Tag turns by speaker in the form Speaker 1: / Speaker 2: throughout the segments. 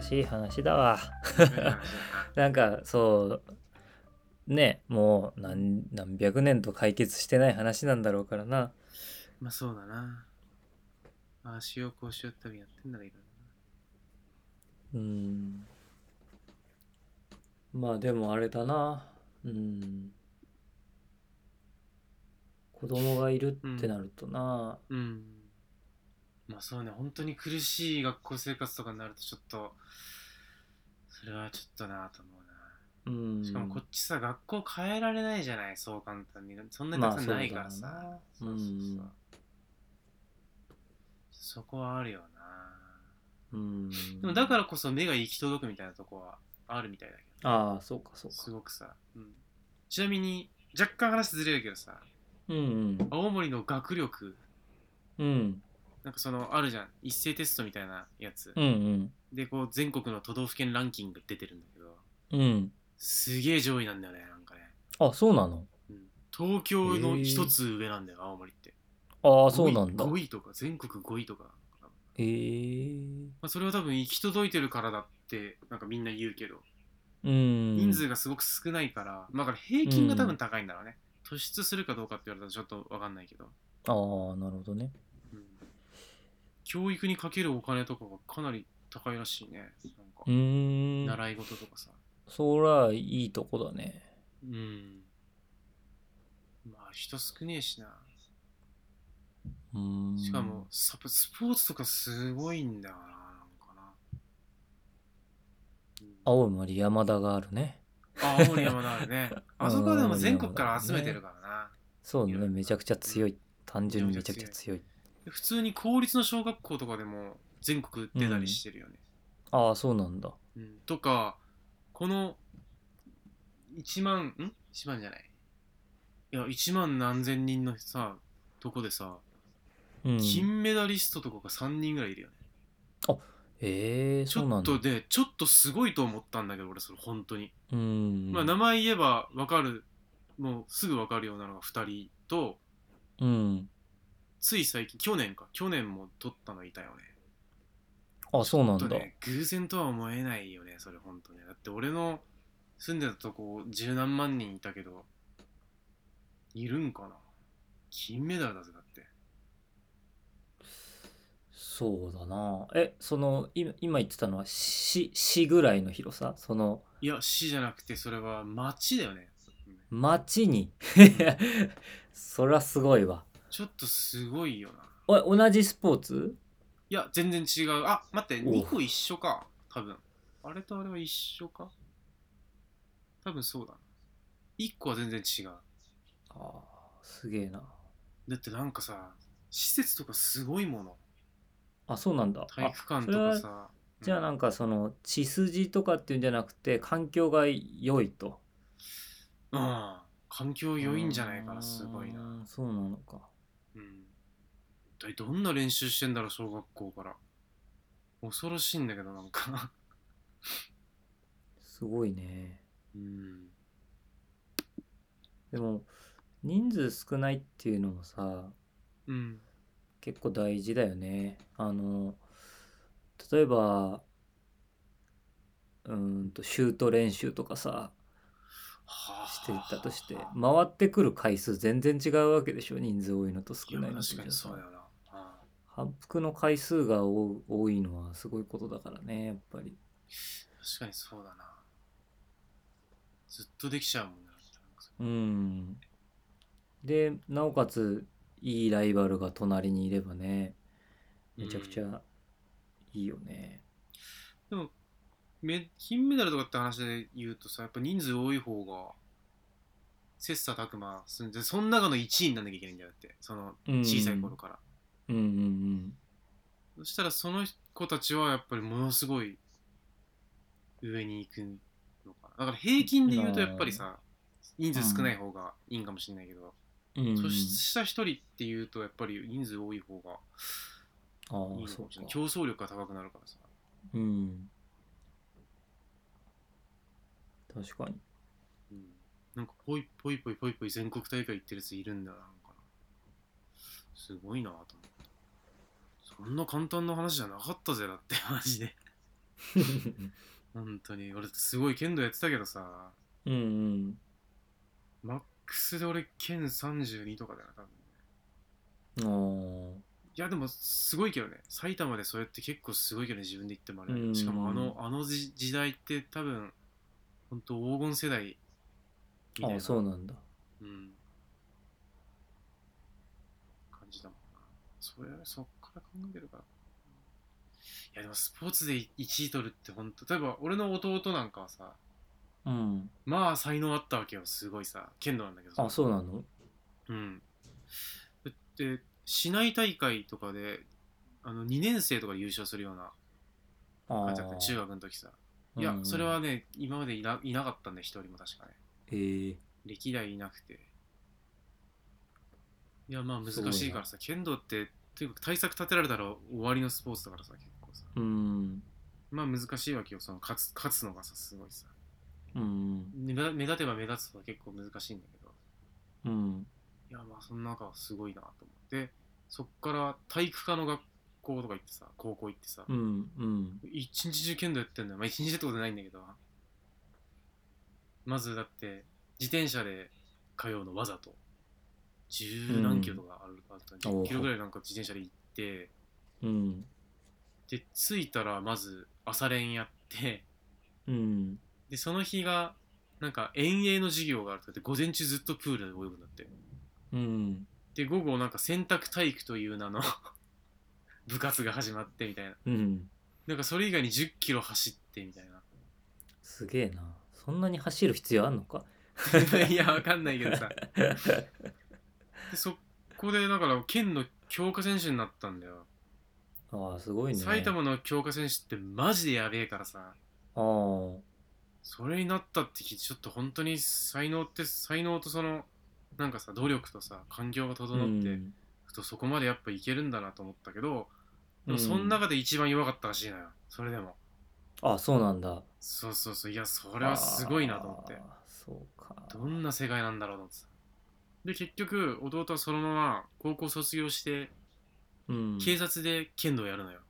Speaker 1: しい話だわなんかそうねもう何何百年と解決してない話なんだろうからな
Speaker 2: まあそうだな。ああしようこうしようってやってんだらいいか
Speaker 1: うんまあでもあれだなうん子供がいるってなるとな、
Speaker 2: な。うん。まあそうね、本当に苦しい学校生活とかになるとちょっと、それはちょっとなと思うな。
Speaker 1: うん、
Speaker 2: しかもこっちさ、学校変えられないじゃない、そう簡単に。そんなに
Speaker 1: ま
Speaker 2: た
Speaker 1: あ
Speaker 2: くさんないからさ。
Speaker 1: そ
Speaker 2: そうう
Speaker 1: だ
Speaker 2: そ
Speaker 1: ろう
Speaker 2: う
Speaker 1: な
Speaker 2: そ
Speaker 1: う
Speaker 2: う
Speaker 1: ん
Speaker 2: そこはあるよな。
Speaker 1: うん
Speaker 2: でもだからこそ目が行き届くみたいなとこはあるみたいだけど。
Speaker 1: ああそうかそう
Speaker 2: す
Speaker 1: か
Speaker 2: ごくさ、うん、ちなみに若干話ずれるけどさ
Speaker 1: うん
Speaker 2: 青森の学力
Speaker 1: うんうん
Speaker 2: なんかそのあるじゃん一斉テストみたいなやつ、
Speaker 1: うん
Speaker 2: でこう全国の都道府県ランキング出てるんだけど
Speaker 1: うんうん
Speaker 2: すげえ上位なんだよねなんかね、
Speaker 1: あそうなの
Speaker 2: うん、東京の一つ上なんだよ青森って
Speaker 1: あ
Speaker 2: あ
Speaker 1: あそうなんだ
Speaker 2: 5位とか全国5位とか、ま
Speaker 1: えー、
Speaker 2: あ、それは多分行き届いてるからだってなんかみんな言うけど
Speaker 1: うん
Speaker 2: 人数がすごく少ないから、まあだから平均が多分高いんだろうね、突出するかどうかって言われたらちょっと分かんないけど
Speaker 1: ああなるほどね
Speaker 2: うん教育にかけるお金とかがかなり高いらしいね。なんか
Speaker 1: うーん
Speaker 2: 習い事とかさ。
Speaker 1: そらいいとこだね
Speaker 2: うん。まあ人少ねえしな。
Speaker 1: うーん
Speaker 2: しかもサポスポーツとかすごいんだよな。なんかな。うん
Speaker 1: 青森山田があるね
Speaker 2: あ、青森山田ある ね。あそこはでも全国から集
Speaker 1: 青森山田ね
Speaker 2: めてるからな。
Speaker 1: そう
Speaker 2: いろい
Speaker 1: ね
Speaker 2: ろ
Speaker 1: めちゃくちゃ強い単純にめちゃくちゃ強い
Speaker 2: 普通に公立の小学校とかでも全国出たりしてるよね。
Speaker 1: ああそうなんだ
Speaker 2: うん、とか、この1万、ん ?1 万じゃない。いや、1万何千人のさ、とこでさ、
Speaker 1: うん
Speaker 2: 金メダリストとかが3人ぐらいいるよね。
Speaker 1: ええー、
Speaker 2: ち
Speaker 1: そう
Speaker 2: ょ
Speaker 1: な
Speaker 2: っ
Speaker 1: んだ
Speaker 2: とで、ちょっとすごいと思ったんだけど、俺、それ、本当に。
Speaker 1: うん
Speaker 2: まあ、名前言えば分かる、もうすぐ分かるようなのが2人と、
Speaker 1: うん
Speaker 2: つい最近、去年か、去年も取ったのいたよね。
Speaker 1: あそうなん
Speaker 2: ちょ
Speaker 1: だ
Speaker 2: っとね、偶然とは思えないよね、それ、本当ね。だって、俺の住んでたとこ、十何万人いたけど、いるんかな金メダルだぜ、だって。
Speaker 1: そうだなえその今今言ってたのは市市ぐらいの広さその
Speaker 2: いや、市じゃなくて、それは町だよね。
Speaker 1: 町に そりゃすごいわ
Speaker 2: ちょっとすごいよな。
Speaker 1: お同じスポーツ
Speaker 2: いや、全然違う。あ、待って、
Speaker 1: おう
Speaker 2: 2個一緒か。多分。あれとあれは一緒か多分そうだな。1個は全然違う。
Speaker 1: ああすげえな
Speaker 2: だってなんかさ、施設とかすごいもの。
Speaker 1: あそうなんだ
Speaker 2: 体
Speaker 1: あ
Speaker 2: 育館
Speaker 1: そ
Speaker 2: と
Speaker 1: れは
Speaker 2: かさ。
Speaker 1: じゃあ
Speaker 2: うん
Speaker 1: なんかその血筋とかっていうんじゃなくて環境が良いと
Speaker 2: うん、環境良いんじゃないかな、すごいな。
Speaker 1: なそうなのか
Speaker 2: うん。一体どんな練習してんだろう、小学校から。恐ろしいんだけど、なんか。
Speaker 1: すごいね
Speaker 2: うん。
Speaker 1: でも人数少ないっていうのもさ
Speaker 2: うん。
Speaker 1: 結構大事だよねあの例えばうーんとシュート練習とかさ
Speaker 2: はあ
Speaker 1: していったとして回ってくる回数全然違うわけでしょ人数多いのと
Speaker 2: い
Speaker 1: 少
Speaker 2: や、
Speaker 1: ないのとじ
Speaker 2: 確か
Speaker 1: ゃ
Speaker 2: に
Speaker 1: さ
Speaker 2: そうだよな。ああ
Speaker 1: 反復の回数が多多いのはすごいことだからねやっぱり
Speaker 2: 確かにそうだな。ずっとできちゃうもんな。
Speaker 1: うんでなおかついいライバルが隣にいればねめちゃくち
Speaker 2: うん
Speaker 1: ゃいいよね
Speaker 2: でもめ、金メダルとかって話で言うとさ、やっぱ人数多い方が、切磋琢磨するんで、その中の1位になんなきゃいけないんだよだって、その
Speaker 1: うん
Speaker 2: 小さい頃から。
Speaker 1: うんうんうん
Speaker 2: そしたらその子たちはやっぱりものすごい上に行くのかな。だから平均で言うとやっぱりさ、人数少ない方がいいんかもしれないけど、
Speaker 1: うんうん
Speaker 2: 突出した一人っていうとやっぱり人数多い方が
Speaker 1: あ
Speaker 2: いい
Speaker 1: あ
Speaker 2: の
Speaker 1: そ
Speaker 2: か
Speaker 1: う
Speaker 2: もしれ
Speaker 1: か
Speaker 2: ない。競争力が高くなるからさ。
Speaker 1: うん確かに
Speaker 2: うん、なんかぽいぽいぽいぽいぽい全国大会行ってるやついるんだな、なんかな。すごいなと思って。そんな簡単な話じゃなかったぜ、だって、マジで。本当に俺すごい剣道やってたけどさ
Speaker 1: うんうん
Speaker 2: マックスで俺剣32とかだよな多分
Speaker 1: あー
Speaker 2: いやでもすごいけどね埼玉でそうやって結構すごいけどね自分で言ってもあれだけ
Speaker 1: う
Speaker 2: ど
Speaker 1: ん
Speaker 2: しかもあのあの時時代って多分本当黄金世代みたいな
Speaker 1: あそうなんだ
Speaker 2: うん感じだもんなそれそっから考えてるからいやでもスポーツで1位取るって本当例えば俺の弟なんかはさ
Speaker 1: うん
Speaker 2: まあ才能あったわけよすごいさ剣道なんだけどさ
Speaker 1: あそうなの
Speaker 2: うん。だって、市内大会とかで、あの2年生とかで優勝するような
Speaker 1: あ
Speaker 2: 感
Speaker 1: あ
Speaker 2: じだったね中学の時さ。いや、それはね、今までいないなかったんだ、一人も確かね。
Speaker 1: えー、
Speaker 2: 歴代いなくて。いや、まあ難しいからさ、剣道って、とにかく対策立てられたら終わりのスポーツだからさ、結構さ。
Speaker 1: うん
Speaker 2: まあ難しいわけよ、その勝つ勝つのがさ、すごいさ。
Speaker 1: うん
Speaker 2: 目立目立てば目立つのが結構難しいんだけど。
Speaker 1: うん
Speaker 2: いやまあその中はすごいなと思ってそっから体育科の学校とか行ってさ高校行ってさ、
Speaker 1: うんうん
Speaker 2: 一日中剣道やってんだよまあ一日ってことないんだけどまずだって自転車で通うのわざと十何キロとかあるあった
Speaker 1: お
Speaker 2: 10
Speaker 1: う
Speaker 2: キロぐらいなんか自転車で行って
Speaker 1: うん
Speaker 2: で着いたらまず朝練やって
Speaker 1: うん
Speaker 2: でその日がなんか遠泳の授業があるとかって午前中ずっとプールで泳ぐんだって
Speaker 1: うん
Speaker 2: で午後なんか選択体育という名の 部活が始まってみたいな
Speaker 1: うん
Speaker 2: なんかそれ以外に1 0キロ走ってみたいな
Speaker 1: すげえなそんなに走る必要あんのか
Speaker 2: いやわかんないけどさでそこでだから県の強化選手になったんだよ、
Speaker 1: ああすごいね
Speaker 2: 埼玉の強化選手ってマジでやべえからさ
Speaker 1: ああ
Speaker 2: それになったって聞いてちょっと本当に才能って才能とそのなんかさ努力とさ環境が
Speaker 1: う
Speaker 2: 整って、
Speaker 1: ん
Speaker 2: とそこまでやっぱいけるんだなと思ったけどでもその中で一番弱かったらしいのよそれでも
Speaker 1: あそうなんだ
Speaker 2: そうそうそういやそ
Speaker 1: こ
Speaker 2: れはすごいなと思って
Speaker 1: そうか
Speaker 2: どんな世界なんだろうと思ってたで結局弟はそのまま高校卒業して
Speaker 1: うん
Speaker 2: 警察で剣道やるのよ、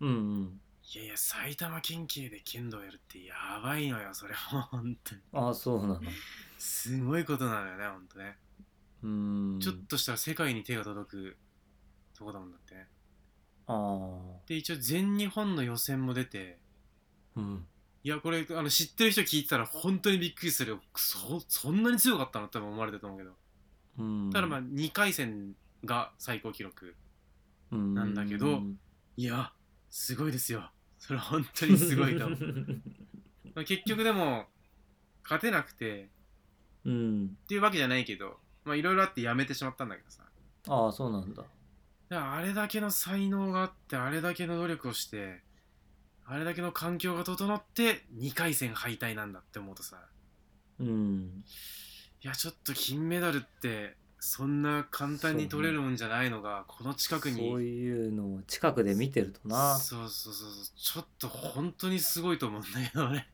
Speaker 1: うんうん
Speaker 2: いやいや埼玉県警で剣道やるってやばいのよそれも本当に
Speaker 1: ああそうなの
Speaker 2: すごいことなのよね本当ね、
Speaker 1: うん
Speaker 2: ちょっとしたら世界に手が届くとこだもんだってね
Speaker 1: あ
Speaker 2: で一応全日本の予選も出て
Speaker 1: あうん
Speaker 2: いやこれあの知ってる人聞いてたら本当にびっくりするよそそんなに強かったのって多分思われてると思うけど
Speaker 1: うん
Speaker 2: ただまあ2回戦が最高記録なんだけどいやすごいですよそれは本当にすごいと 思うまあ結局でも勝てなくて
Speaker 1: うん
Speaker 2: っていうわけじゃないけどまあいろいろあってやめてしまったんだけどさ
Speaker 1: ああそうなんだ
Speaker 2: だからあれだけの才能があってあれだけの努力をしてあれだけの環境が整って2回戦敗退なんだって思うとさ
Speaker 1: うん
Speaker 2: いやちょっと金メダルってそんな簡単に取れるもんじゃないのがこの近くに
Speaker 1: そういうのを近くで見てるとな
Speaker 2: そうそうそうそうちょっと本当にすごいと思うんだけど俺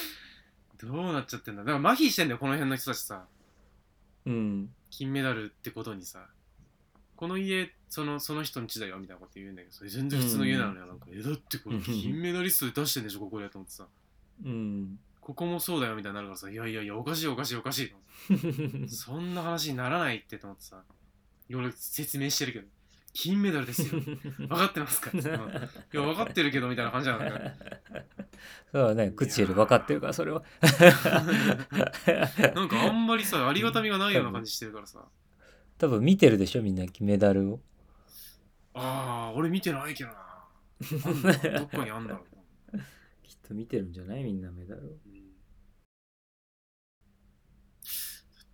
Speaker 2: どうなっちゃってんだだから麻痺してんだよこの辺の人たちさ
Speaker 1: うん
Speaker 2: 金メダルってことにさこの家そのその人の家だよみたいなこと言うんだけどそれ全然普通の家なのよ、なんかえだってこれ金メダリストで出してんでしょここでと思ってさ
Speaker 1: うん
Speaker 2: ここもそうだよみたいになるからさいやいやいやおかしいおかしいおかしいと思って そんな話にならないってと思ってさ俺説明してるけど金メダルです よ分かってますかって言ってもいや分かってるけどみたいな感じなんだよ
Speaker 1: そうだね口より分かってるから それは
Speaker 2: なんかあんま りさ、ありがたみがないような感じしてるからさ。
Speaker 1: 多分見てるでしょみんなメダルを
Speaker 2: ああ、俺見てな いけどな。なんだろうどっかにあんだろうな。
Speaker 1: きっと見てるんじゃないみんなメダルを
Speaker 2: うんだ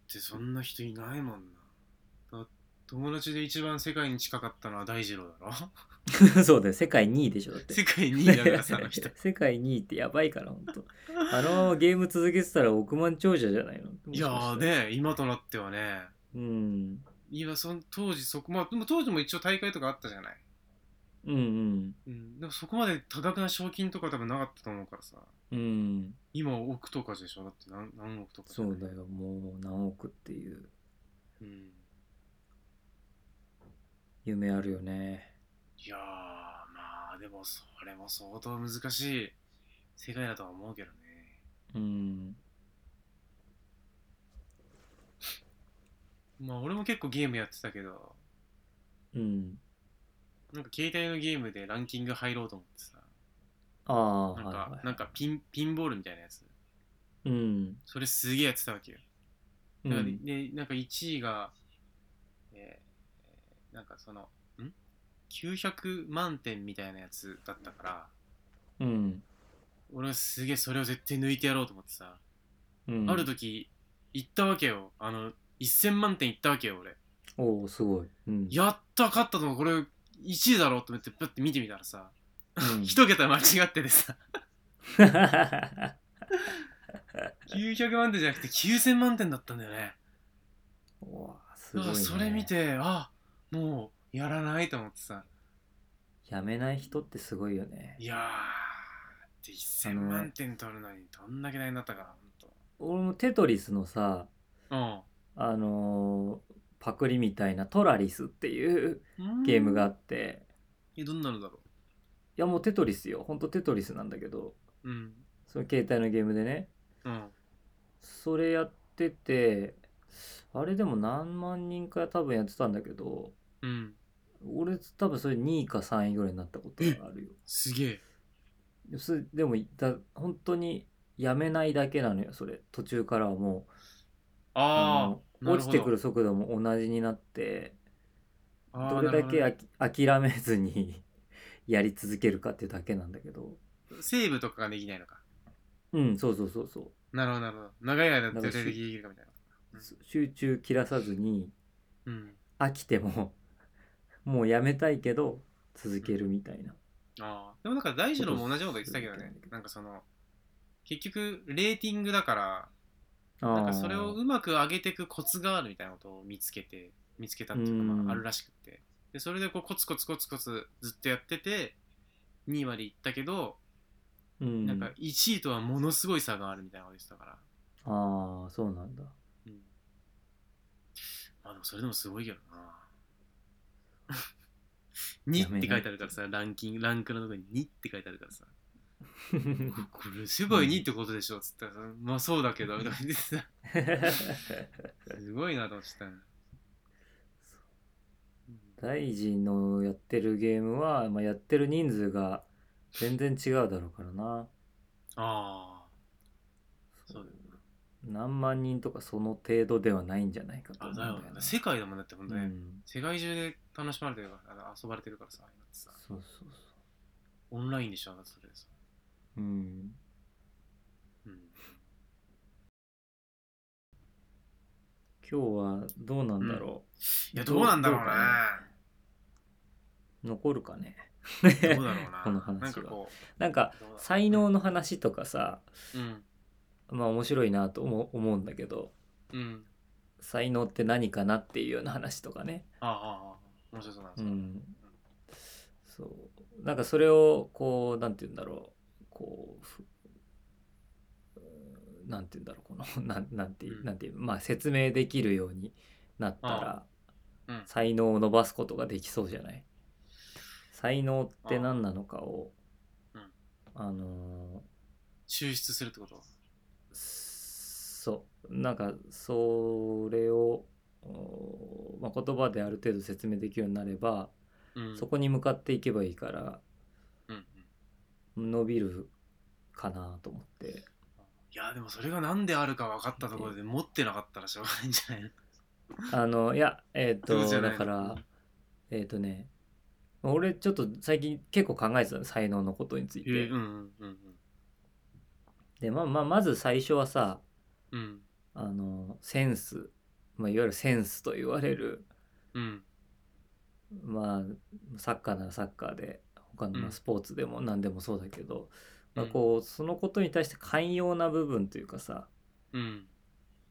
Speaker 2: ってそんな人いないもんな。だ友達で一番世界に近かったのは大二 郎だろ
Speaker 1: そうだよ世界2位でしょだって
Speaker 2: 世界2位だからさ、あ の人。
Speaker 1: 世界2位ってやばいから本当あのゲーム続けてたら億万長者じゃないの
Speaker 2: いやーね、今となってはね。
Speaker 1: うん
Speaker 2: 今その当時そこ、まあ、でも当時も一応大会とかあったじゃない。
Speaker 1: うん
Speaker 2: うん、でもそこまで多額な賞金とか多分なかったと思うからさ。
Speaker 1: うんうん
Speaker 2: 今億とかでしょだって何何億とかじゃ
Speaker 1: そ
Speaker 2: ないう
Speaker 1: だよもう何億っていう
Speaker 2: うん
Speaker 1: 夢あるよね
Speaker 2: いやーまあでもそれも相当難しい世界だとは思うけどね
Speaker 1: うん
Speaker 2: まあ俺も結構ゲームやってたけど
Speaker 1: うん
Speaker 2: なんか携帯のゲームでランキング入ろうと思ってさ
Speaker 1: ああ
Speaker 2: なんか、
Speaker 1: はいはい
Speaker 2: なんかピンピンボールみたいなやつ
Speaker 1: うん
Speaker 2: それすげえやってたわけよ
Speaker 1: う
Speaker 2: だから
Speaker 1: ん
Speaker 2: でなんか1位が、えーなんかそのん900万点みたいなやつだったから
Speaker 1: うん
Speaker 2: 俺はすげえそれを絶対抜いてやろうと思ってさ、
Speaker 1: うん
Speaker 2: ある時行ったわけよあの1000万点行ったわけよ俺
Speaker 1: おおすごいうん
Speaker 2: やった勝ったと思うこれ1位だろうと思ってパッて見てみたらさ、
Speaker 1: うん
Speaker 2: 一桁間違って てさ900万点じゃなくて9000万点だったんだよね
Speaker 1: うわす
Speaker 2: だ
Speaker 1: ごい
Speaker 2: から
Speaker 1: ね
Speaker 2: それ見てあもうやらないと思ってさ
Speaker 1: やめない人ってすごいよね
Speaker 2: いやーで1000万点取るのにどんだけ大変だったか
Speaker 1: 俺もテトリスのさ
Speaker 2: ほ
Speaker 1: あのーパクリみたいなトラリスっていうん
Speaker 2: とうん
Speaker 1: ゲームがあって、
Speaker 2: えどんなのだろ
Speaker 1: いやもうテトリスよほんとテトリスなんだけど
Speaker 2: ううん
Speaker 1: その携帯のゲームでね
Speaker 2: うん
Speaker 1: それやっててあれでも何万人か多分やってたんだけど
Speaker 2: うん
Speaker 1: 俺多分それ2位か3位ぐらいになったことがあるよ
Speaker 2: すげえ
Speaker 1: でそれでもだ本当にやめないだけなのよそれ途中からはもう
Speaker 2: あ
Speaker 1: の
Speaker 2: なる
Speaker 1: 落
Speaker 2: ほど
Speaker 1: ちてくる速度も同じになって
Speaker 2: ーあ
Speaker 1: ど
Speaker 2: ー
Speaker 1: れだけ
Speaker 2: な
Speaker 1: あ
Speaker 2: る
Speaker 1: き諦めずに やり続けるかっていうだけなんだけど
Speaker 2: ほどねセーブとかができないのか
Speaker 1: うんそうそうそうそう
Speaker 2: なるほどなるほど長い間絶対できるかみたいな
Speaker 1: 集中切らさずに
Speaker 2: うん
Speaker 1: 飽きても もうやめたいけど続けるみたいな
Speaker 2: ああでもなんか大二郎も同じこと言ってたけどねなんかその結局レーティングだからなんかそれをうまく上げていくコツがあるみたいなことを見つけて見つけたっていうか
Speaker 1: うん
Speaker 2: まああるらしくってでそれでこうコツコツコツコツずっとやってて2位までいったけど、
Speaker 1: うん
Speaker 2: なんか1位とはものすごい差があるみたいなこと言ってたから、
Speaker 1: ああそう なんだ
Speaker 2: うん、まあでもそれでもすごいけどな
Speaker 1: や め
Speaker 2: 2
Speaker 1: な
Speaker 2: っ
Speaker 1: い
Speaker 2: て書いてあるからさランキングランクのとこに2って書いてあるからさこれ世界2位ってことでしょっつったらさまあそうだけどみたいな感じでさすごいなと思ってたようん
Speaker 1: 大臣のやってるゲームは、まあ、やってる人数が全然違うだろうからな
Speaker 2: ああそうだよ
Speaker 1: 何万人とかその程度ではないんじゃないかと
Speaker 2: あ
Speaker 1: 思うん
Speaker 2: だ
Speaker 1: だよ
Speaker 2: よね世界だもんだってほんと
Speaker 1: な、う
Speaker 2: ね、
Speaker 1: ん、
Speaker 2: 世界中で楽しまれてるからあの遊ばれてるからさ今ってさ
Speaker 1: そうそうそ
Speaker 2: オンラインでしょだってそれでさ、
Speaker 1: ううん
Speaker 2: うん、
Speaker 1: 今日はどうなんだろ
Speaker 2: いやどうなんだろう
Speaker 1: どうか
Speaker 2: ね
Speaker 1: う、残るかね
Speaker 2: どうだろうな
Speaker 1: この話は
Speaker 2: なんかこ
Speaker 1: なんか
Speaker 2: うどうだろう
Speaker 1: 才能の話とかさ
Speaker 2: うん
Speaker 1: まあ面白いなと思う思うんだけど
Speaker 2: うん
Speaker 1: 才能って何かなっていうような話とかね
Speaker 2: ああああ面白そうなんで
Speaker 1: う
Speaker 2: す
Speaker 1: ん、そ
Speaker 2: か、
Speaker 1: うなんかそれをこうなんて言うんだろうこうふうんなんて言うんだろうこの なんなんて、
Speaker 2: うん
Speaker 1: なんて言うまあ説明できるようになったら、
Speaker 2: あうん
Speaker 1: 才能を伸ばすことができそうじゃない才能って何なのかを
Speaker 2: あうん
Speaker 1: あの
Speaker 2: 抽出するってこと
Speaker 1: ーそうなんかそれを、おまあ、言葉である程度説明できるようになれば、
Speaker 2: うん
Speaker 1: そこに向かっていけばいいから
Speaker 2: うんうん
Speaker 1: 伸びるかなと思 って
Speaker 2: いやでもそれが何であるか分かったところで持ってなかったらしょうがないんじ ゃないの
Speaker 1: あのいやえっ、
Speaker 2: そうじ
Speaker 1: と
Speaker 2: ゃな
Speaker 1: だ
Speaker 2: いの
Speaker 1: からえっ、とね俺ちょっと最近結構考えてたの才能のことについて、
Speaker 2: えうんうんうん
Speaker 1: でまあまあまず最初はさ
Speaker 2: うんうん
Speaker 1: あのセンス、まあ、いわゆるセンスと言われる
Speaker 2: うん
Speaker 1: まあサッカーならサッカーで他のま
Speaker 2: う
Speaker 1: あ
Speaker 2: ん
Speaker 1: スポーツでも何でもそうだけど、まあ、
Speaker 2: うん
Speaker 1: こうそのことに対して寛容な部分というかさ、
Speaker 2: うん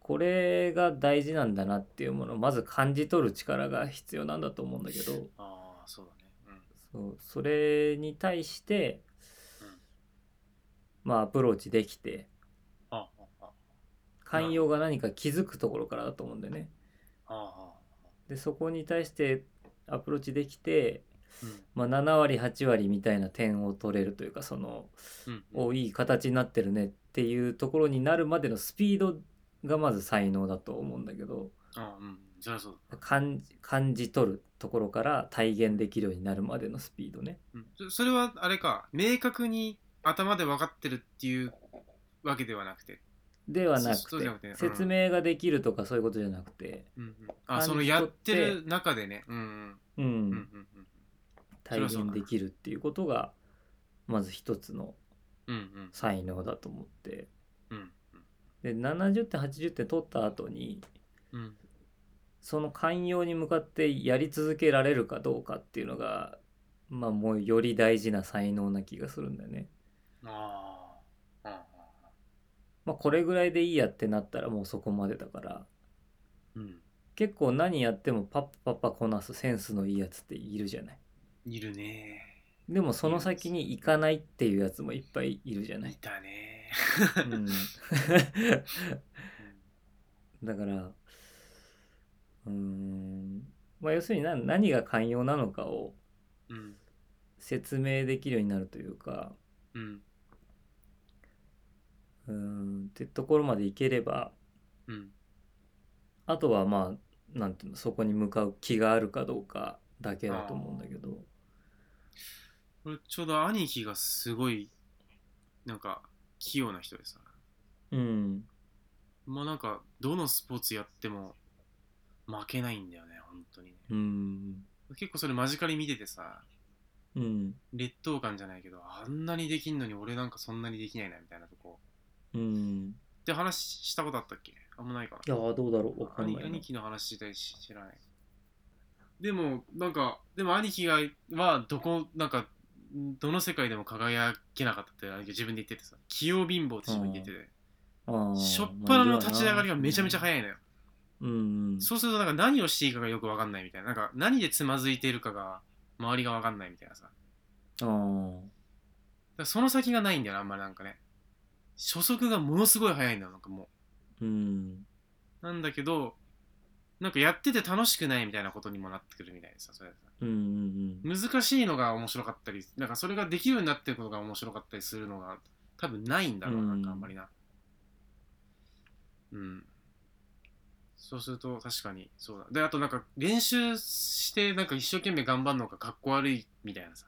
Speaker 1: これが大事なんだなっていうものをまず感じ取る力が必要なんだと思うんだけど
Speaker 2: ああそうだねうん
Speaker 1: そうそれに対して、まあ、アプローチできて
Speaker 2: あああ
Speaker 1: 寛容が何か気づくところからだと思うんだよね。
Speaker 2: あああ
Speaker 1: でそこに対してアプローチできてまあ、7割8割みたいな点を取れるというかその
Speaker 2: うんうん
Speaker 1: おいい形になってるねっていうところになるまでのスピードがまず才能だと思うんだけど
Speaker 2: あうんそりゃそうだ、
Speaker 1: 感じ感じ取るところから体現できるようになるまでのスピードね。
Speaker 2: うんそ、それはあれか明確に頭で分かってるっていうわけではなくて、
Speaker 1: ではな
Speaker 2: そ
Speaker 1: く
Speaker 2: うじ
Speaker 1: て
Speaker 2: ゃなくてうん
Speaker 1: 説明ができるとかそういうことじゃなくて、
Speaker 2: うんうん、
Speaker 1: 感
Speaker 2: あ
Speaker 1: じ
Speaker 2: そのやってる中でねうん
Speaker 1: う、
Speaker 2: うんうんうんんうん
Speaker 1: 体現できるっていうことがまず一つの
Speaker 2: うんうん
Speaker 1: 才能だと思って
Speaker 2: うん
Speaker 1: で70点80点取った後に
Speaker 2: うん
Speaker 1: その寛容に向かってやり続けられるかどうかっていうのがまあもうより大事な才能な気がするんだよね。
Speaker 2: ああああ
Speaker 1: まあ、これぐらいでいいやってなったらもうそこまでだから
Speaker 2: うん
Speaker 1: 結構何やってもパッパッパこなすセンスのいいやつっているじゃない。
Speaker 2: いるね
Speaker 1: でもその先に行かないっていうやつもいっぱいいるじゃない
Speaker 2: い。たね
Speaker 1: うん だからうーんまあ要するに何何が寛容なのかを
Speaker 2: うん
Speaker 1: 説明できるようになるというか
Speaker 2: うん
Speaker 1: うーんってところまでいければ
Speaker 2: うん
Speaker 1: あとはまあなんていうのそこに向かう気があるかどうかだけだと思うんだけど
Speaker 2: これちょうど兄貴がすごいなんか器用な人でさ
Speaker 1: うん
Speaker 2: もうなんかどのスポーツやっても負けないんだよね本当にね
Speaker 1: うん
Speaker 2: 結構それ間近に見ててさ
Speaker 1: うん
Speaker 2: 劣等感じゃないけどあんなにできんのに俺なんかそんなにできないなみたいなとこ
Speaker 1: うん
Speaker 2: って話したことあったっけあんまないかない
Speaker 1: やーどうだろうわかん
Speaker 2: 兄
Speaker 1: ないな
Speaker 2: 兄貴の話自体し知らないでもなんかでも兄貴がはどこなんかどの世界でも輝けなかったって兄貴自分で言っててさ器用貧乏って自分で言ってて
Speaker 1: あー
Speaker 2: しょっぱなの立ち上がりがめちゃめちゃ
Speaker 1: い、
Speaker 2: 早いのよ、
Speaker 1: うんうん、
Speaker 2: そうするとなんか何をしていいかがよく分かんないみたいななんか何でつまずいているかが周りが分かんないみたいなさだか
Speaker 1: あー
Speaker 2: らその先がないんだよなあんまりなんかね初速がものすごい早いんだよなんかも
Speaker 1: うん
Speaker 2: うなんだけどなんかやってて楽しくないみたいなことにもなってくるみたいでさそれさ
Speaker 1: うんうん
Speaker 2: 難しいのが面白かったりなんかそれができるようになってることが面白かったりするのが多分ないんだろうな
Speaker 1: うん
Speaker 2: なんかあんまりなうんそうすると確かにそうだであとなんか練習してなんか一生懸命頑張るのがかっこ悪いみたいなさ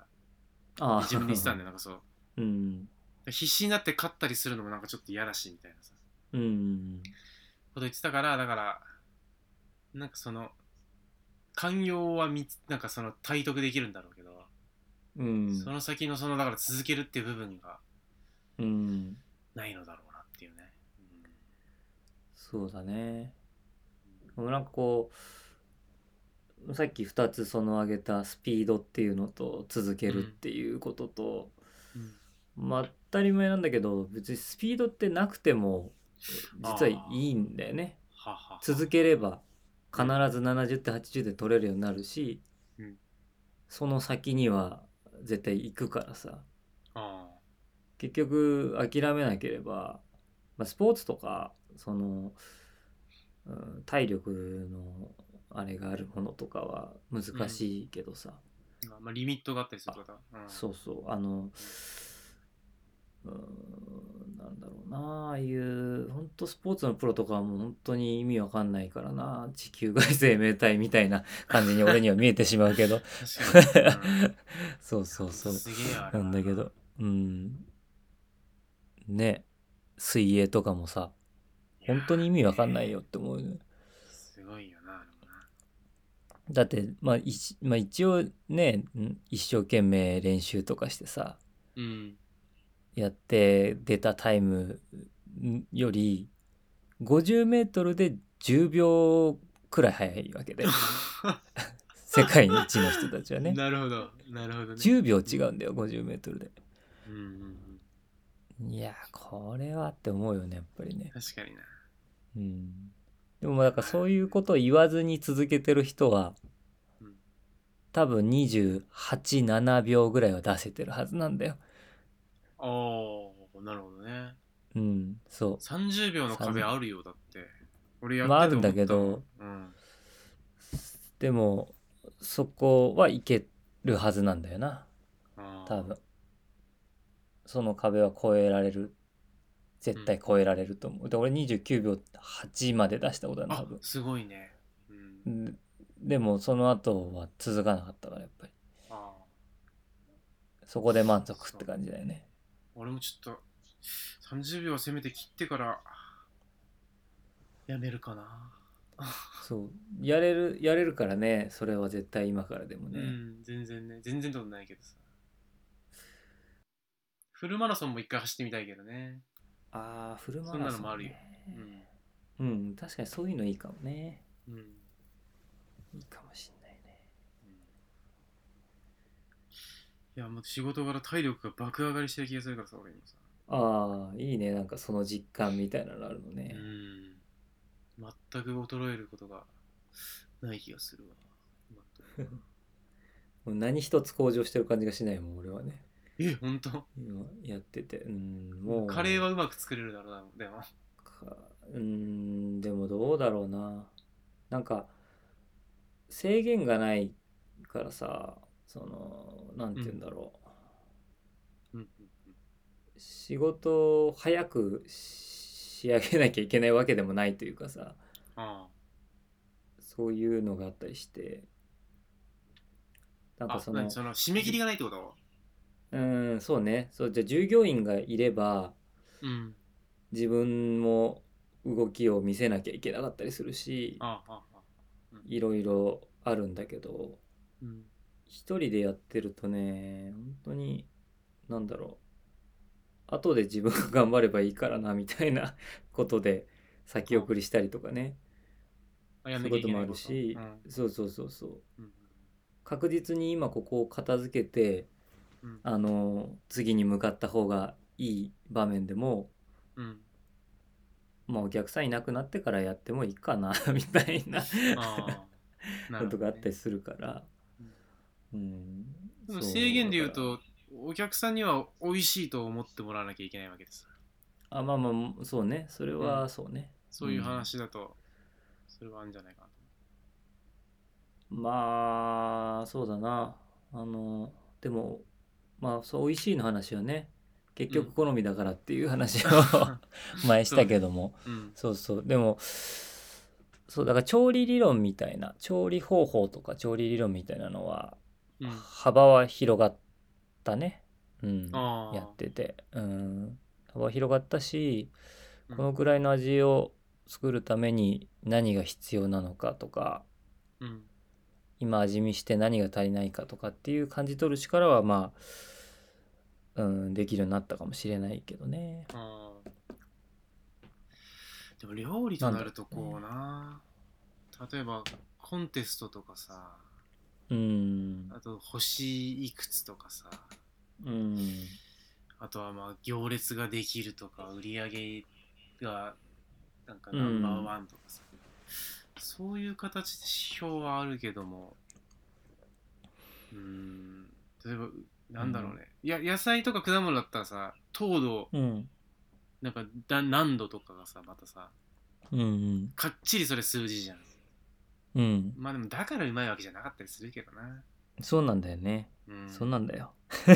Speaker 1: あー
Speaker 2: 自分で言ってたんでなんかそう
Speaker 1: うん
Speaker 2: 必死になって勝ったりするのもなんかちょっと嫌だしみたいなさ
Speaker 1: うんうん
Speaker 2: こと言ってたからだからなんかその寛容はみつなんかその体得できるんだろうけど、
Speaker 1: うん
Speaker 2: その先のそのだから続けるっていう部分が
Speaker 1: うん
Speaker 2: ないのだろうなっていうね。
Speaker 1: そうだねでもなんかこうさっき2つその上げたスピードっていうのと続けるっていうことと、
Speaker 2: うん
Speaker 1: まあ当たり前なんだけど別にスピードってなくても実はいいんだよね
Speaker 2: はは。
Speaker 1: 続ければ必ず70点80点取れるようになるし、
Speaker 2: うん
Speaker 1: その先には絶対行くからさ
Speaker 2: あ
Speaker 1: 結局諦めなければ、まあ、スポーツとかその、うん、体力のあれがあるものとかは難しいけどさ、
Speaker 2: あ。まあ、リミットがあったりすることは。うん
Speaker 1: そうそうあのうんなんだろうなああいう本当スポーツのプロとかはもう本当に意味わかんないからな地球外生命体みたいな感じに俺には見えてしまうけど
Speaker 2: 確かに。うん
Speaker 1: そうそうそう
Speaker 2: すげえあれ
Speaker 1: なんだけど。うんね水泳とかもさ本当に意味わかんないよって思うよね
Speaker 2: すごいよな、あれもな
Speaker 1: だって、まあ、一まあ一応ねん一生懸命練習とかしてさ
Speaker 2: うん。
Speaker 1: やって出たタイムんより 50m で10秒くらい速いわけで世界一の人たちはね
Speaker 2: なるほど。なるほどね。
Speaker 1: 10秒違うんだよ 50m で
Speaker 2: うんうんうん。
Speaker 1: いやこれはって思うよねやっぱりね
Speaker 2: 確かにな。
Speaker 1: うんでもまあだからそういうことを言わずに続けてる人は
Speaker 2: うん
Speaker 1: 多分287秒ぐらいは出せてるはずなんだよ
Speaker 2: おー、なるほどね。
Speaker 1: うんそう
Speaker 2: 30秒の壁あるよ、だって。俺やってて
Speaker 1: まああ
Speaker 2: 思
Speaker 1: る
Speaker 2: っ
Speaker 1: ん
Speaker 2: た
Speaker 1: だけど
Speaker 2: うん。
Speaker 1: でもそこはいけるはずなんだよな
Speaker 2: あー
Speaker 1: 多分その壁は越えられる絶対越えられると思う、で俺29秒8まで出したことある多
Speaker 2: あ
Speaker 1: 分
Speaker 2: すごいね、うん、
Speaker 1: ででもその後は続かなかったからやっぱり
Speaker 2: あー
Speaker 1: そこで満足って感じだよね
Speaker 2: 俺もちょっと30秒せめて切ってからやめるかな、
Speaker 1: そうやれるやれるからねそれは絶対今からでも
Speaker 2: う
Speaker 1: ね、
Speaker 2: ん全然ね全然ってことないけどさフルマラソンも一回走ってみたいけどね、
Speaker 1: ああフルマラソン、ね、
Speaker 2: そんなのもあるようん
Speaker 1: うん、確かにそういうのいいかもね
Speaker 2: うんうん
Speaker 1: いいかもしんないね
Speaker 2: いやもう仕事柄体力が爆上がりしてる気がするからさ俺今さ
Speaker 1: ああいいねなんかその実感みたいなのあるのね、
Speaker 2: うん全く衰えることがない気がするわ今と
Speaker 1: もう何一つ向上してる感じがしないもん俺はね
Speaker 2: え本当
Speaker 1: 今やっててうんもう
Speaker 2: カレーはうまく作れるだろうなでも
Speaker 1: かうーんでもどうだろうななんか制限がないからさそのなんて言うんだろう、
Speaker 2: うんうん
Speaker 1: 仕事を早く仕上げなきゃいけないわけでもないというかさ
Speaker 2: あ
Speaker 1: そういうのがあったりしてな
Speaker 2: あ
Speaker 1: んか
Speaker 2: あ
Speaker 1: そ
Speaker 2: そ
Speaker 1: の
Speaker 2: のその締め切りがないってこと
Speaker 1: うーんそうねそうじゃあ従業員がいれば
Speaker 2: うん
Speaker 1: 自分も動きを見せなきゃいけなかったりするし
Speaker 2: ああああ
Speaker 1: いろいろあるんだけど
Speaker 2: うん
Speaker 1: 一人でやってるとね本当になんだろう後で自分が頑張ればいいからなみたいなことで先送りしたりとかねそ
Speaker 2: あや
Speaker 1: うんいう
Speaker 2: なきゃ
Speaker 1: こ
Speaker 2: い
Speaker 1: と
Speaker 2: け
Speaker 1: も
Speaker 2: な
Speaker 1: あ
Speaker 2: い
Speaker 1: る
Speaker 2: こと
Speaker 1: し
Speaker 2: うん
Speaker 1: そうそうそうそう
Speaker 2: うん
Speaker 1: 確実に今ここを片付けて
Speaker 2: うん
Speaker 1: あの次に向かった方がいい場面でも
Speaker 2: うん
Speaker 1: まあお客さんいなくなってからやってもいいかな みたいな
Speaker 2: あ あな
Speaker 1: こ
Speaker 2: る
Speaker 1: と
Speaker 2: ほ
Speaker 1: があ
Speaker 2: ど
Speaker 1: っ
Speaker 2: ね
Speaker 1: たりするから、うん、
Speaker 2: でも
Speaker 1: そう
Speaker 2: 制限で言う
Speaker 1: だか
Speaker 2: とお客さんには美味しいと思ってもらわなきゃいけないわけです
Speaker 1: らあまあまあそうねそれ
Speaker 2: う
Speaker 1: は
Speaker 2: ん
Speaker 1: そうね、
Speaker 2: そういう話だとそれはあるんじゃないかなと
Speaker 1: まあそうだなあのでもまあそう美味しいの話はね結局好みだからっていう話を、 前したけども
Speaker 2: 思う、うん
Speaker 1: そうそうでもそうだから調理理論みたいな調理方法とか調理理論みたいなのは
Speaker 2: うん、
Speaker 1: 幅は広がったねうん
Speaker 2: ああ
Speaker 1: やっててうん幅は広がったし
Speaker 2: うん
Speaker 1: このくらいの味を作るために何が必要なのかとか
Speaker 2: うん
Speaker 1: 今味見して何が足りないかとかっていう感じ取る力はまあ、うん、できるようになったかもしれないけどね。
Speaker 2: あーでも料理となるとこうな例えばコンテストとかさ
Speaker 1: うん、
Speaker 2: あと星いくつとかさ
Speaker 1: うん、
Speaker 2: あとはまあ行列ができるとか売り上げがなんかナンバーワンとかさ、そういう形で指標はあるけどもうーん例えばなんだろうね、いや野菜とか果物だったらさ糖度
Speaker 1: うん、
Speaker 2: なんかだ何度とかがさまたさ
Speaker 1: うん、
Speaker 2: かっちりそれ数字じゃん
Speaker 1: うん、
Speaker 2: まあでもだからうまいわけじゃなかったりするけどな
Speaker 1: そうなんだよね。
Speaker 2: うん
Speaker 1: そうなんだよ。
Speaker 2: い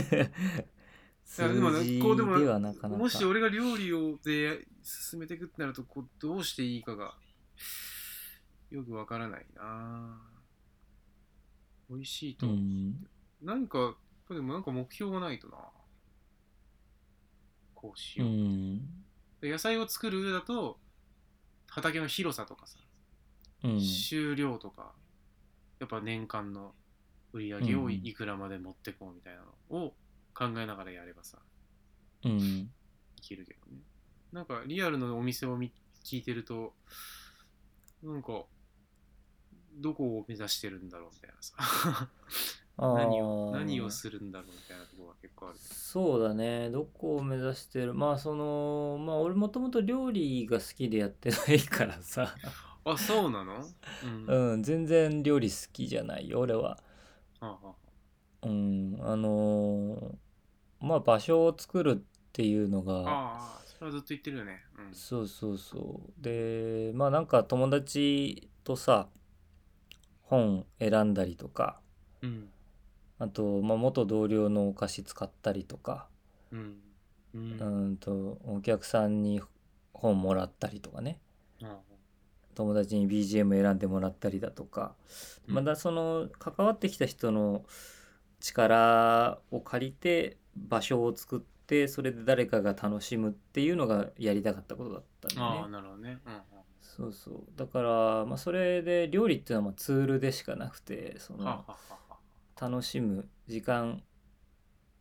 Speaker 1: 数
Speaker 2: やでもね
Speaker 1: 字
Speaker 2: こうでも
Speaker 1: ではなかなか。
Speaker 2: もし俺が料理をで進めていくってなるとこうどうしていいかがよくわからないな美味しいと、
Speaker 1: うん、
Speaker 2: 何かでもなんか目標がないとなこうし
Speaker 1: う
Speaker 2: よう、
Speaker 1: ん、
Speaker 2: で野菜を作る上だと畑の広さとかさ、
Speaker 1: うん、
Speaker 2: 収量とかやっぱ年間の売り上げ
Speaker 1: う
Speaker 2: を
Speaker 1: ん
Speaker 2: いいくらまで持ってこうみたいなのを考えながらやればさ
Speaker 1: うん、
Speaker 2: いけるけどねなんかリアルのお店を見聞いてるとなんかどこを目指してるんだろうみたいな さ
Speaker 1: あー
Speaker 2: 何を何をするんだろうみたいなところが結構ある
Speaker 1: そうだねどこを目指してるまあそのまあ俺もともと料理が好きでやってないからさ
Speaker 2: あそうなのうん、は
Speaker 1: うん、全然料理好きじゃないよ、俺は。
Speaker 2: あはあ
Speaker 1: うん、あのーまあ場所を作るっていうのが、
Speaker 2: ああそれはずっと言ってるよねうん
Speaker 1: そうそうそう。で、まあなんか友達とさ、本選んだりとか、
Speaker 2: うん
Speaker 1: あと、まあ、元同僚のお菓子使ったりとか、
Speaker 2: うん。うん。
Speaker 1: う
Speaker 2: あ
Speaker 1: んと、お客さんに本もらったりとかね、
Speaker 2: あ
Speaker 1: 友達に BGM 選んでもらったりだとか、
Speaker 2: うん
Speaker 1: まだその関わってきた人の力を借りて場所を作って、それで誰かが楽しむっていうのがやりたかったことだったんでね。
Speaker 2: ああ、なるほどね。うんうん。
Speaker 1: そうそうだから、まあ、それで料理っていうのはまあツールでしかなくてそ
Speaker 2: はあは
Speaker 1: の
Speaker 2: あはあは
Speaker 1: 楽しむ時間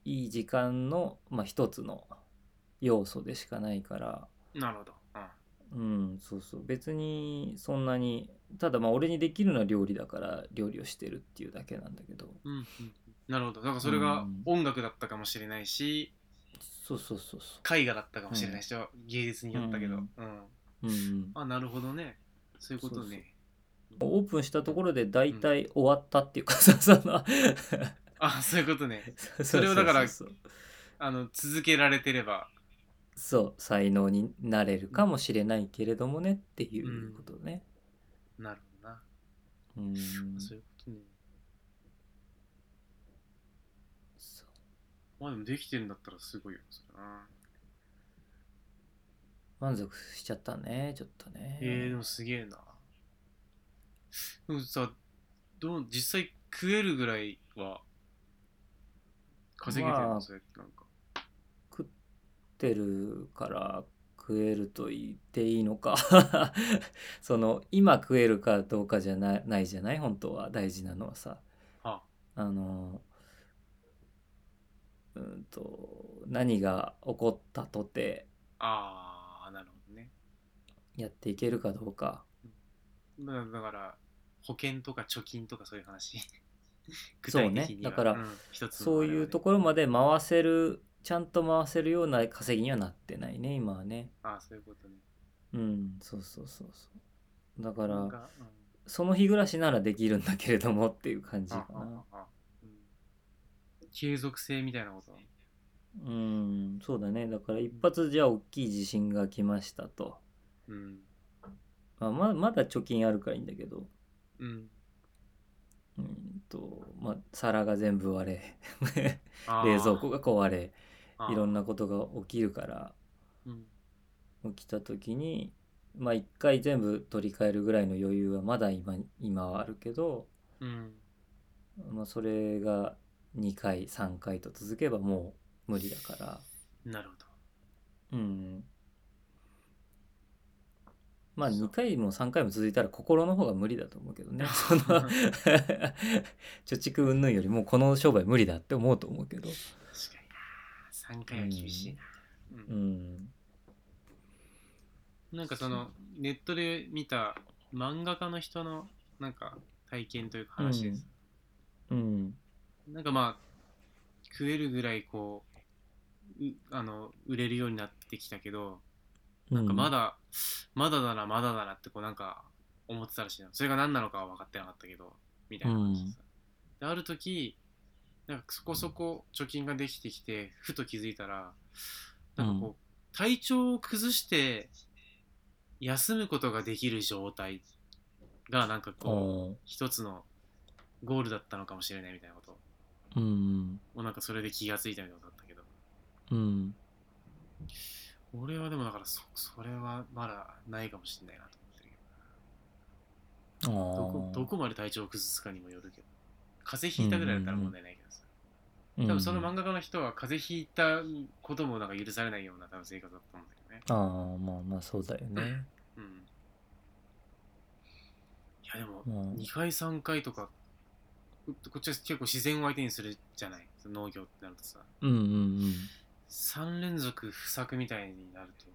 Speaker 1: いい時間の、まあ、一つの要素でしかないから
Speaker 2: あ。なるほど。うん。
Speaker 1: うんそうそう別にそんなにただまあ俺にできるのは料理だから料理をしてるっていうだけなんだけど
Speaker 2: うんうんうんなるほど。だからそれが音楽だったかもしれないし、
Speaker 1: そうそうそうそ
Speaker 2: 絵画だったかもしれないし、芸術によったけど。
Speaker 1: う
Speaker 2: うんん。
Speaker 1: う、うん、
Speaker 2: あ、なるほどね。そういうこと
Speaker 1: そう
Speaker 2: ね。
Speaker 1: オープンしたところで大体終わったっていうかさ、その
Speaker 2: あ、そういうことね。
Speaker 1: そ
Speaker 2: れをだから
Speaker 1: そうそうそう
Speaker 2: あの、続けられてれば。
Speaker 1: そう才能になれるかもしれないけれどもねっていうことね。
Speaker 2: なるほどな。
Speaker 1: うん
Speaker 2: そういうことね。
Speaker 1: そう
Speaker 2: まあでもできてるんだったらすごいよ、それな。
Speaker 1: 満足しちゃったねちょっとね。
Speaker 2: えー、でもすげえな。でもさ、どう、実際食えるぐらいは稼げてる
Speaker 1: ま
Speaker 2: の
Speaker 1: あ
Speaker 2: それってなんか。
Speaker 1: 食ってるから食えると言っていいのか その今食えるかどうかじゃなないじゃない本当は大事なのはさ。
Speaker 2: は
Speaker 1: あのうんと何が起こったとて
Speaker 2: ああ、なるほどね。
Speaker 1: やっていけるかどうか。
Speaker 2: だだから、保険とか貯金とかそういう話。具
Speaker 1: そう
Speaker 2: 体
Speaker 1: ね
Speaker 2: 的には
Speaker 1: だから
Speaker 2: うん一つの
Speaker 1: そういうところまで回せるちゃんと回せるような稼ぎにはなってないね今はね
Speaker 2: あれはねあー、そういうことね。
Speaker 1: うんそうそうそうそうだか
Speaker 2: なん
Speaker 1: ら
Speaker 2: かうん
Speaker 1: その日暮らしならできるんだけれどもっていう感じ
Speaker 2: あ
Speaker 1: か
Speaker 2: あ
Speaker 1: な
Speaker 2: ああうん継続性みたいなこと。
Speaker 1: うんそうだねだから一発じゃあ大きい地震が来ましたと、
Speaker 2: うん。
Speaker 1: まあ、ままだ貯金あるからいいんだけど
Speaker 2: うん。
Speaker 1: うんとまあ皿が全部割れ
Speaker 2: あー
Speaker 1: 冷蔵庫が壊れ
Speaker 2: あー
Speaker 1: いろんなことが起きるから
Speaker 2: うん
Speaker 1: 起きた時にまあ一回全部取り替えるぐらいの余裕はまだ今今はあるけど、
Speaker 2: うん。
Speaker 1: まあ、それが2回3回と続けばもう無理だから
Speaker 2: なるほど。
Speaker 1: うんまあ
Speaker 2: そう
Speaker 1: 2回も3回も続いたら心の方が無理だと思うけど ねその 貯蓄云々よりもうこの商売無理だって思うと思うけど
Speaker 2: 確かにな3回は厳しいな、うん
Speaker 1: うん
Speaker 2: なんかそのネットで見た漫画家の人のなんか体験というか話です、
Speaker 1: うん
Speaker 2: なんかまあ食えるぐらいこううあの売れるようになってきたけどなんかまだ、まだだなまだだなってこうなんか思ってたらしいなそれが何なのかは分かってなかったけどみたいな話でさ、である時なんかそこそこ貯金ができてきてふと気づいたらなんかこう、体調を崩して休むことができる状態がなんかこう
Speaker 1: おー
Speaker 2: 一つのゴールだったのかもしれないみたいなこと
Speaker 1: うん
Speaker 2: をなんかそれで気がついたみたいなことだったけど
Speaker 1: うん
Speaker 2: 俺はでもだからそそれはまだないかもしれないなと思ってるけど。
Speaker 1: あ
Speaker 2: どこ
Speaker 1: ー
Speaker 2: どこまで体調を崩すかにもよるけど風邪ひいたぐらいだったら問題ないけどさ、
Speaker 1: うん
Speaker 2: 多分その漫画家の人は風邪ひいたこともなんか許されないような多分生活だったんだけどね
Speaker 1: ああまあまあそうだよね。
Speaker 2: うんいやでも
Speaker 1: まあ
Speaker 2: 2回3回とかここっちは結構自然を相手にするじゃないその農業ってなるとさ
Speaker 1: うんうん
Speaker 2: 3連続不作みたいになると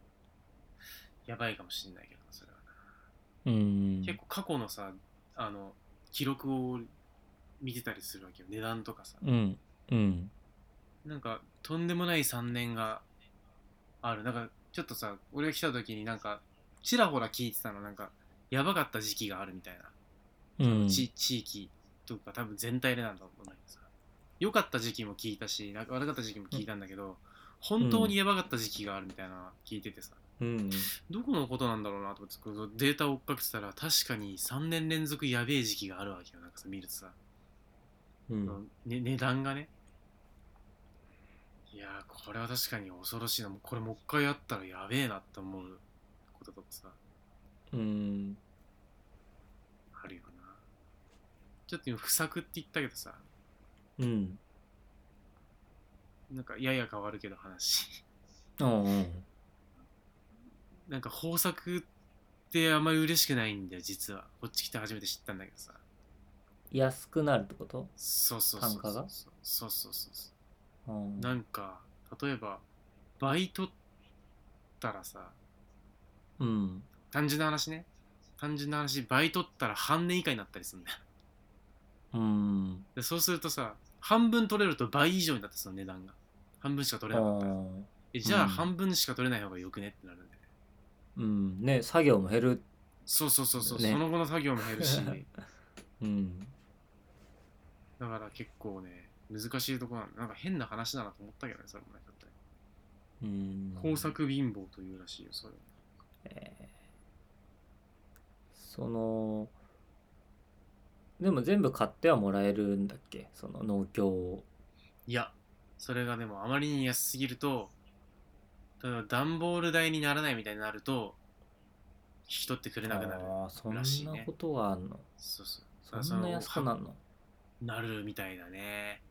Speaker 2: やばいかもしれないけどなそれはな
Speaker 1: うん。うん
Speaker 2: 結構過去のさあの記録を見てたりするわけよ値段とかさ
Speaker 1: うんうん
Speaker 2: なんかとんでもない3年があるなんかちょっとさ俺が来た時になんかちらほら聞いてたのなんかやばかった時期があるみたいな、
Speaker 1: うん
Speaker 2: ち地域とか多分全体でなんだと思うんだけどさ良かった時期も聞いたしなんか悪かった時期も聞いたんだけど、本当にやばかった時期があるみたいなの聞いててさ、
Speaker 1: うん
Speaker 2: どこのことなんだろうなと思ってこうデータを追っかけてたら確かに3年連続やべえ時期があるわけよなんかさ見るとさ
Speaker 1: うん。
Speaker 2: ね、値段がねいやーこれは確かに恐ろしいなもうこれもう一回やったらやべえなって思うこととかさ
Speaker 1: うん。
Speaker 2: あるよなちょっと今不作って言ったけどさ
Speaker 1: うん。
Speaker 2: なんかやや変わるけど話
Speaker 1: うんうん。
Speaker 2: なんか豊作ってあんまり嬉しくないんだよ実はこっち来て初めて知ったんだけどさ
Speaker 1: 安くなるってこと
Speaker 2: そうそうそうそう
Speaker 1: 単価が
Speaker 2: そうそうそうそう
Speaker 1: うん。
Speaker 2: なんか例えば倍取ったらさ
Speaker 1: うん。
Speaker 2: 単純な話ね単純な話倍取ったら半年以下になったりするんだよ
Speaker 1: うん。
Speaker 2: でそうするとさ半分取れると倍以上になってその値段が半分しか取れなかったら
Speaker 1: うん
Speaker 2: えじゃ
Speaker 1: う
Speaker 2: あ
Speaker 1: ん
Speaker 2: 半分しか取れない方がよくねってなるんだよね
Speaker 1: うん。ね、作業も減る。
Speaker 2: そうそうそうそう、
Speaker 1: ね
Speaker 2: その後の作業も減るし だ
Speaker 1: うん。
Speaker 2: から結構ね難しいところなんだなんか変な話だなと思ったけどねそれもねちょっとね
Speaker 1: うん。
Speaker 2: 工作貧乏というらしいよそれ
Speaker 1: えーそのでも全部買ってはもらえるんだっけその農協を
Speaker 2: いやそれがでもあまりに安すぎると例えば段ボール代にならないみたいになると引き取ってくれなくなる
Speaker 1: あーそん
Speaker 2: らしいね
Speaker 1: なことがあんの
Speaker 2: そうそうだから
Speaker 1: そんな安くな
Speaker 2: は
Speaker 1: んの
Speaker 2: なるみたいだね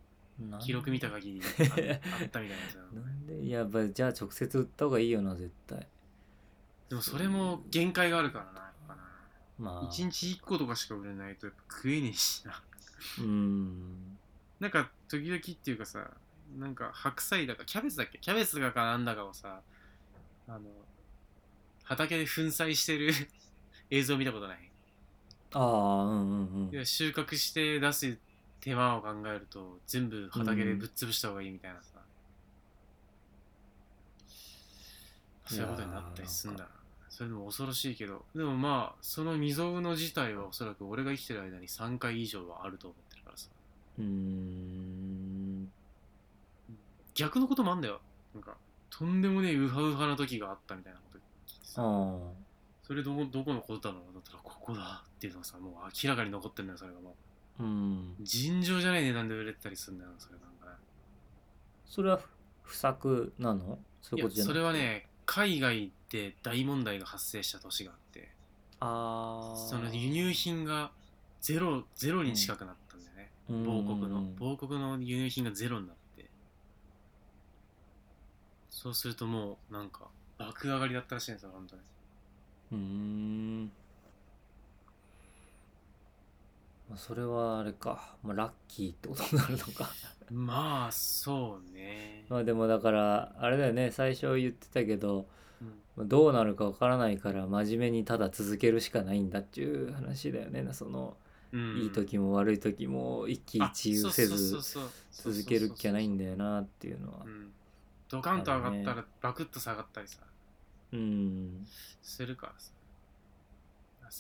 Speaker 1: なん
Speaker 2: 記録見た限 りああったみたいなんですよ
Speaker 1: なんでいやばいじゃあ直接売った方がいいよな絶対
Speaker 2: でもそれも限界があるからなやっぱ
Speaker 1: ま
Speaker 2: な
Speaker 1: あ
Speaker 2: 1日1個とかしか売れないとやっぱ食えねえしな
Speaker 1: うん
Speaker 2: なんか時々っていうかさなんか白菜だかキャベツだっけキャベツだかなんだかをさあの畑で粉砕してる 映像見たことない
Speaker 1: ああうんうん
Speaker 2: いうや
Speaker 1: ん
Speaker 2: 収穫して出す手間を考えると全部畑でぶっ潰した方がいいみたいな
Speaker 1: う
Speaker 2: さ、
Speaker 1: ん
Speaker 2: そういうことになったりすんだなそれでも恐ろしいけどでもまあその未曾有の事態はおそらく俺が生きてる間に3回以上はあると思ってるからさ
Speaker 1: うーん
Speaker 2: 逆のこともあんだよなんかとんでもねえウハウハな時があったみたいなこと聞いて
Speaker 1: あ
Speaker 2: さ
Speaker 1: ー
Speaker 2: それどこどこのことだろうだったらここだっていうのがさもう明らかに残ってるんだよそれがも
Speaker 1: うん
Speaker 2: う尋常じゃない値段で売れてたりするんだよそれなんかね
Speaker 1: それは不作なのそう
Speaker 2: い
Speaker 1: いうこ
Speaker 2: や
Speaker 1: とじゃな
Speaker 2: そ
Speaker 1: い
Speaker 2: れはね海外で大問題が発生した年があって
Speaker 1: ああ
Speaker 2: その輸入品がゼロゼロに近くなったんだよね、某国の某国の輸入品がゼロになってそうするともうなんか爆上がりだったらしいんですよ本当に
Speaker 1: うーん。まあそれはあれか。まあ、ラッキーってことになるのか。
Speaker 2: まあそうね、
Speaker 1: まあでもだから、あれだよね、最初言ってたけど、
Speaker 2: うん
Speaker 1: まあどうなるかわからないから、真面目にただ続けるしかないんだっていう話だよね。その、
Speaker 2: うん
Speaker 1: いい時も悪い時も一喜一憂せず続けるっきゃないん
Speaker 2: だ
Speaker 1: だよなっていうのは
Speaker 2: う。ん、ドカンと上がっ
Speaker 1: あ
Speaker 2: た
Speaker 1: る
Speaker 2: らバクッと下がったりさ、
Speaker 1: うん。
Speaker 2: するからさ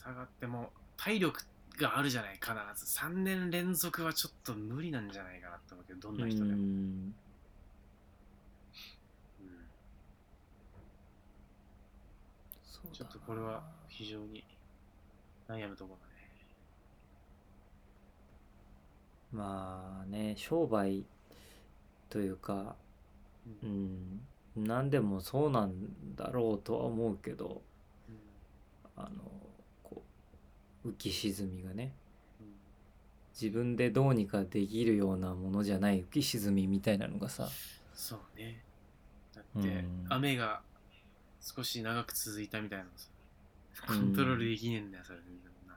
Speaker 2: 下がっても体力があるじゃない必ず3年連続はちょっと無理なんじゃないかなって思うけどどん
Speaker 1: う
Speaker 2: な人でも、
Speaker 1: ん。
Speaker 2: うん
Speaker 1: そう
Speaker 2: ちょ
Speaker 1: だ
Speaker 2: っ
Speaker 1: な
Speaker 2: とこれは非常に悩むところだね
Speaker 1: まあね商売というか
Speaker 2: う
Speaker 1: うんん何でもそうなんだろうとは思うけど
Speaker 2: うん
Speaker 1: あのこう浮き沈みがね
Speaker 2: うん
Speaker 1: 自分でどうにかできるようなものじゃない浮き沈みみたいなのがさ
Speaker 2: そうねだって、
Speaker 1: うん
Speaker 2: 雨が少し長く続いたみたいなのさコントロールできねえんだよそれ全然な、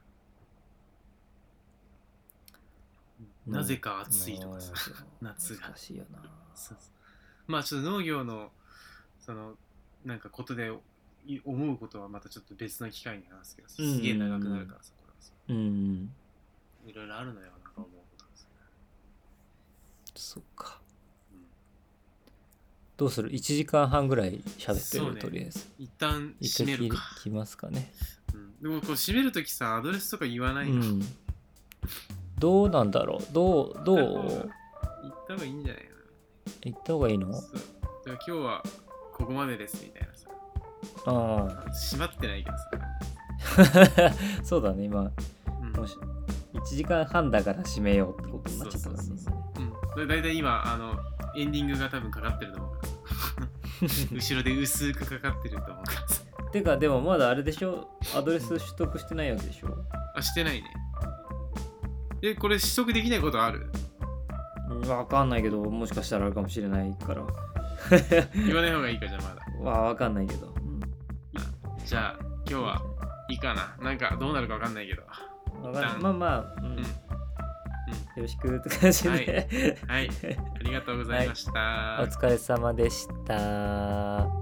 Speaker 1: うん
Speaker 2: なぜか暑いとかさ
Speaker 1: うん
Speaker 2: 夏が
Speaker 1: 難しいよな
Speaker 2: そうそうまあちょっと農業のそのなんかことでい思うことはまたちょっと別の機会に話すけどさすげえ長くなるからさこれはさ
Speaker 1: うん
Speaker 2: いろいろあるのよなんか思うことがさ、
Speaker 1: そっか
Speaker 2: うん、
Speaker 1: どうする1時間半ぐらい喋って
Speaker 2: そう
Speaker 1: る、
Speaker 2: ね
Speaker 1: とりあえず
Speaker 2: 一旦
Speaker 1: 一
Speaker 2: 閉め
Speaker 1: 回
Speaker 2: る
Speaker 1: 切
Speaker 2: か、
Speaker 1: きますかね
Speaker 2: うん、でもこう閉めるときさアドレスとか言わないの、
Speaker 1: う
Speaker 2: 言っ
Speaker 1: んどうなんだろうどうど う
Speaker 2: た方がいいんじゃない
Speaker 1: 行った方がいい
Speaker 2: の
Speaker 1: の
Speaker 2: そうじゃあ今日はここまでですみたいなさ
Speaker 1: あ
Speaker 2: 閉まってないけどさ、
Speaker 1: あそうだね今
Speaker 2: うん
Speaker 1: もし1時間半だから閉めようってことになっちゃったからね
Speaker 2: それ大体今あのエンディングが多分かかってると思うからさ 後ろで薄くかかってると思うからさ
Speaker 1: てかでもまだあれでしょアドレス取得してないわけでしょ
Speaker 2: あしてないねえこれ取得できないことある
Speaker 1: うんわかんないけどもしかしたらあるかもしれないから
Speaker 2: 言わない方がいいかじゃあまだ
Speaker 1: わわかんないけど、
Speaker 2: じゃあ今日はいいかななんかどうなるかわかんないけど
Speaker 1: うん、わかんまあまあ、うん
Speaker 2: うん
Speaker 1: よろしくって感じで、
Speaker 2: はいはいありがとうございました、
Speaker 1: お疲れ様でした。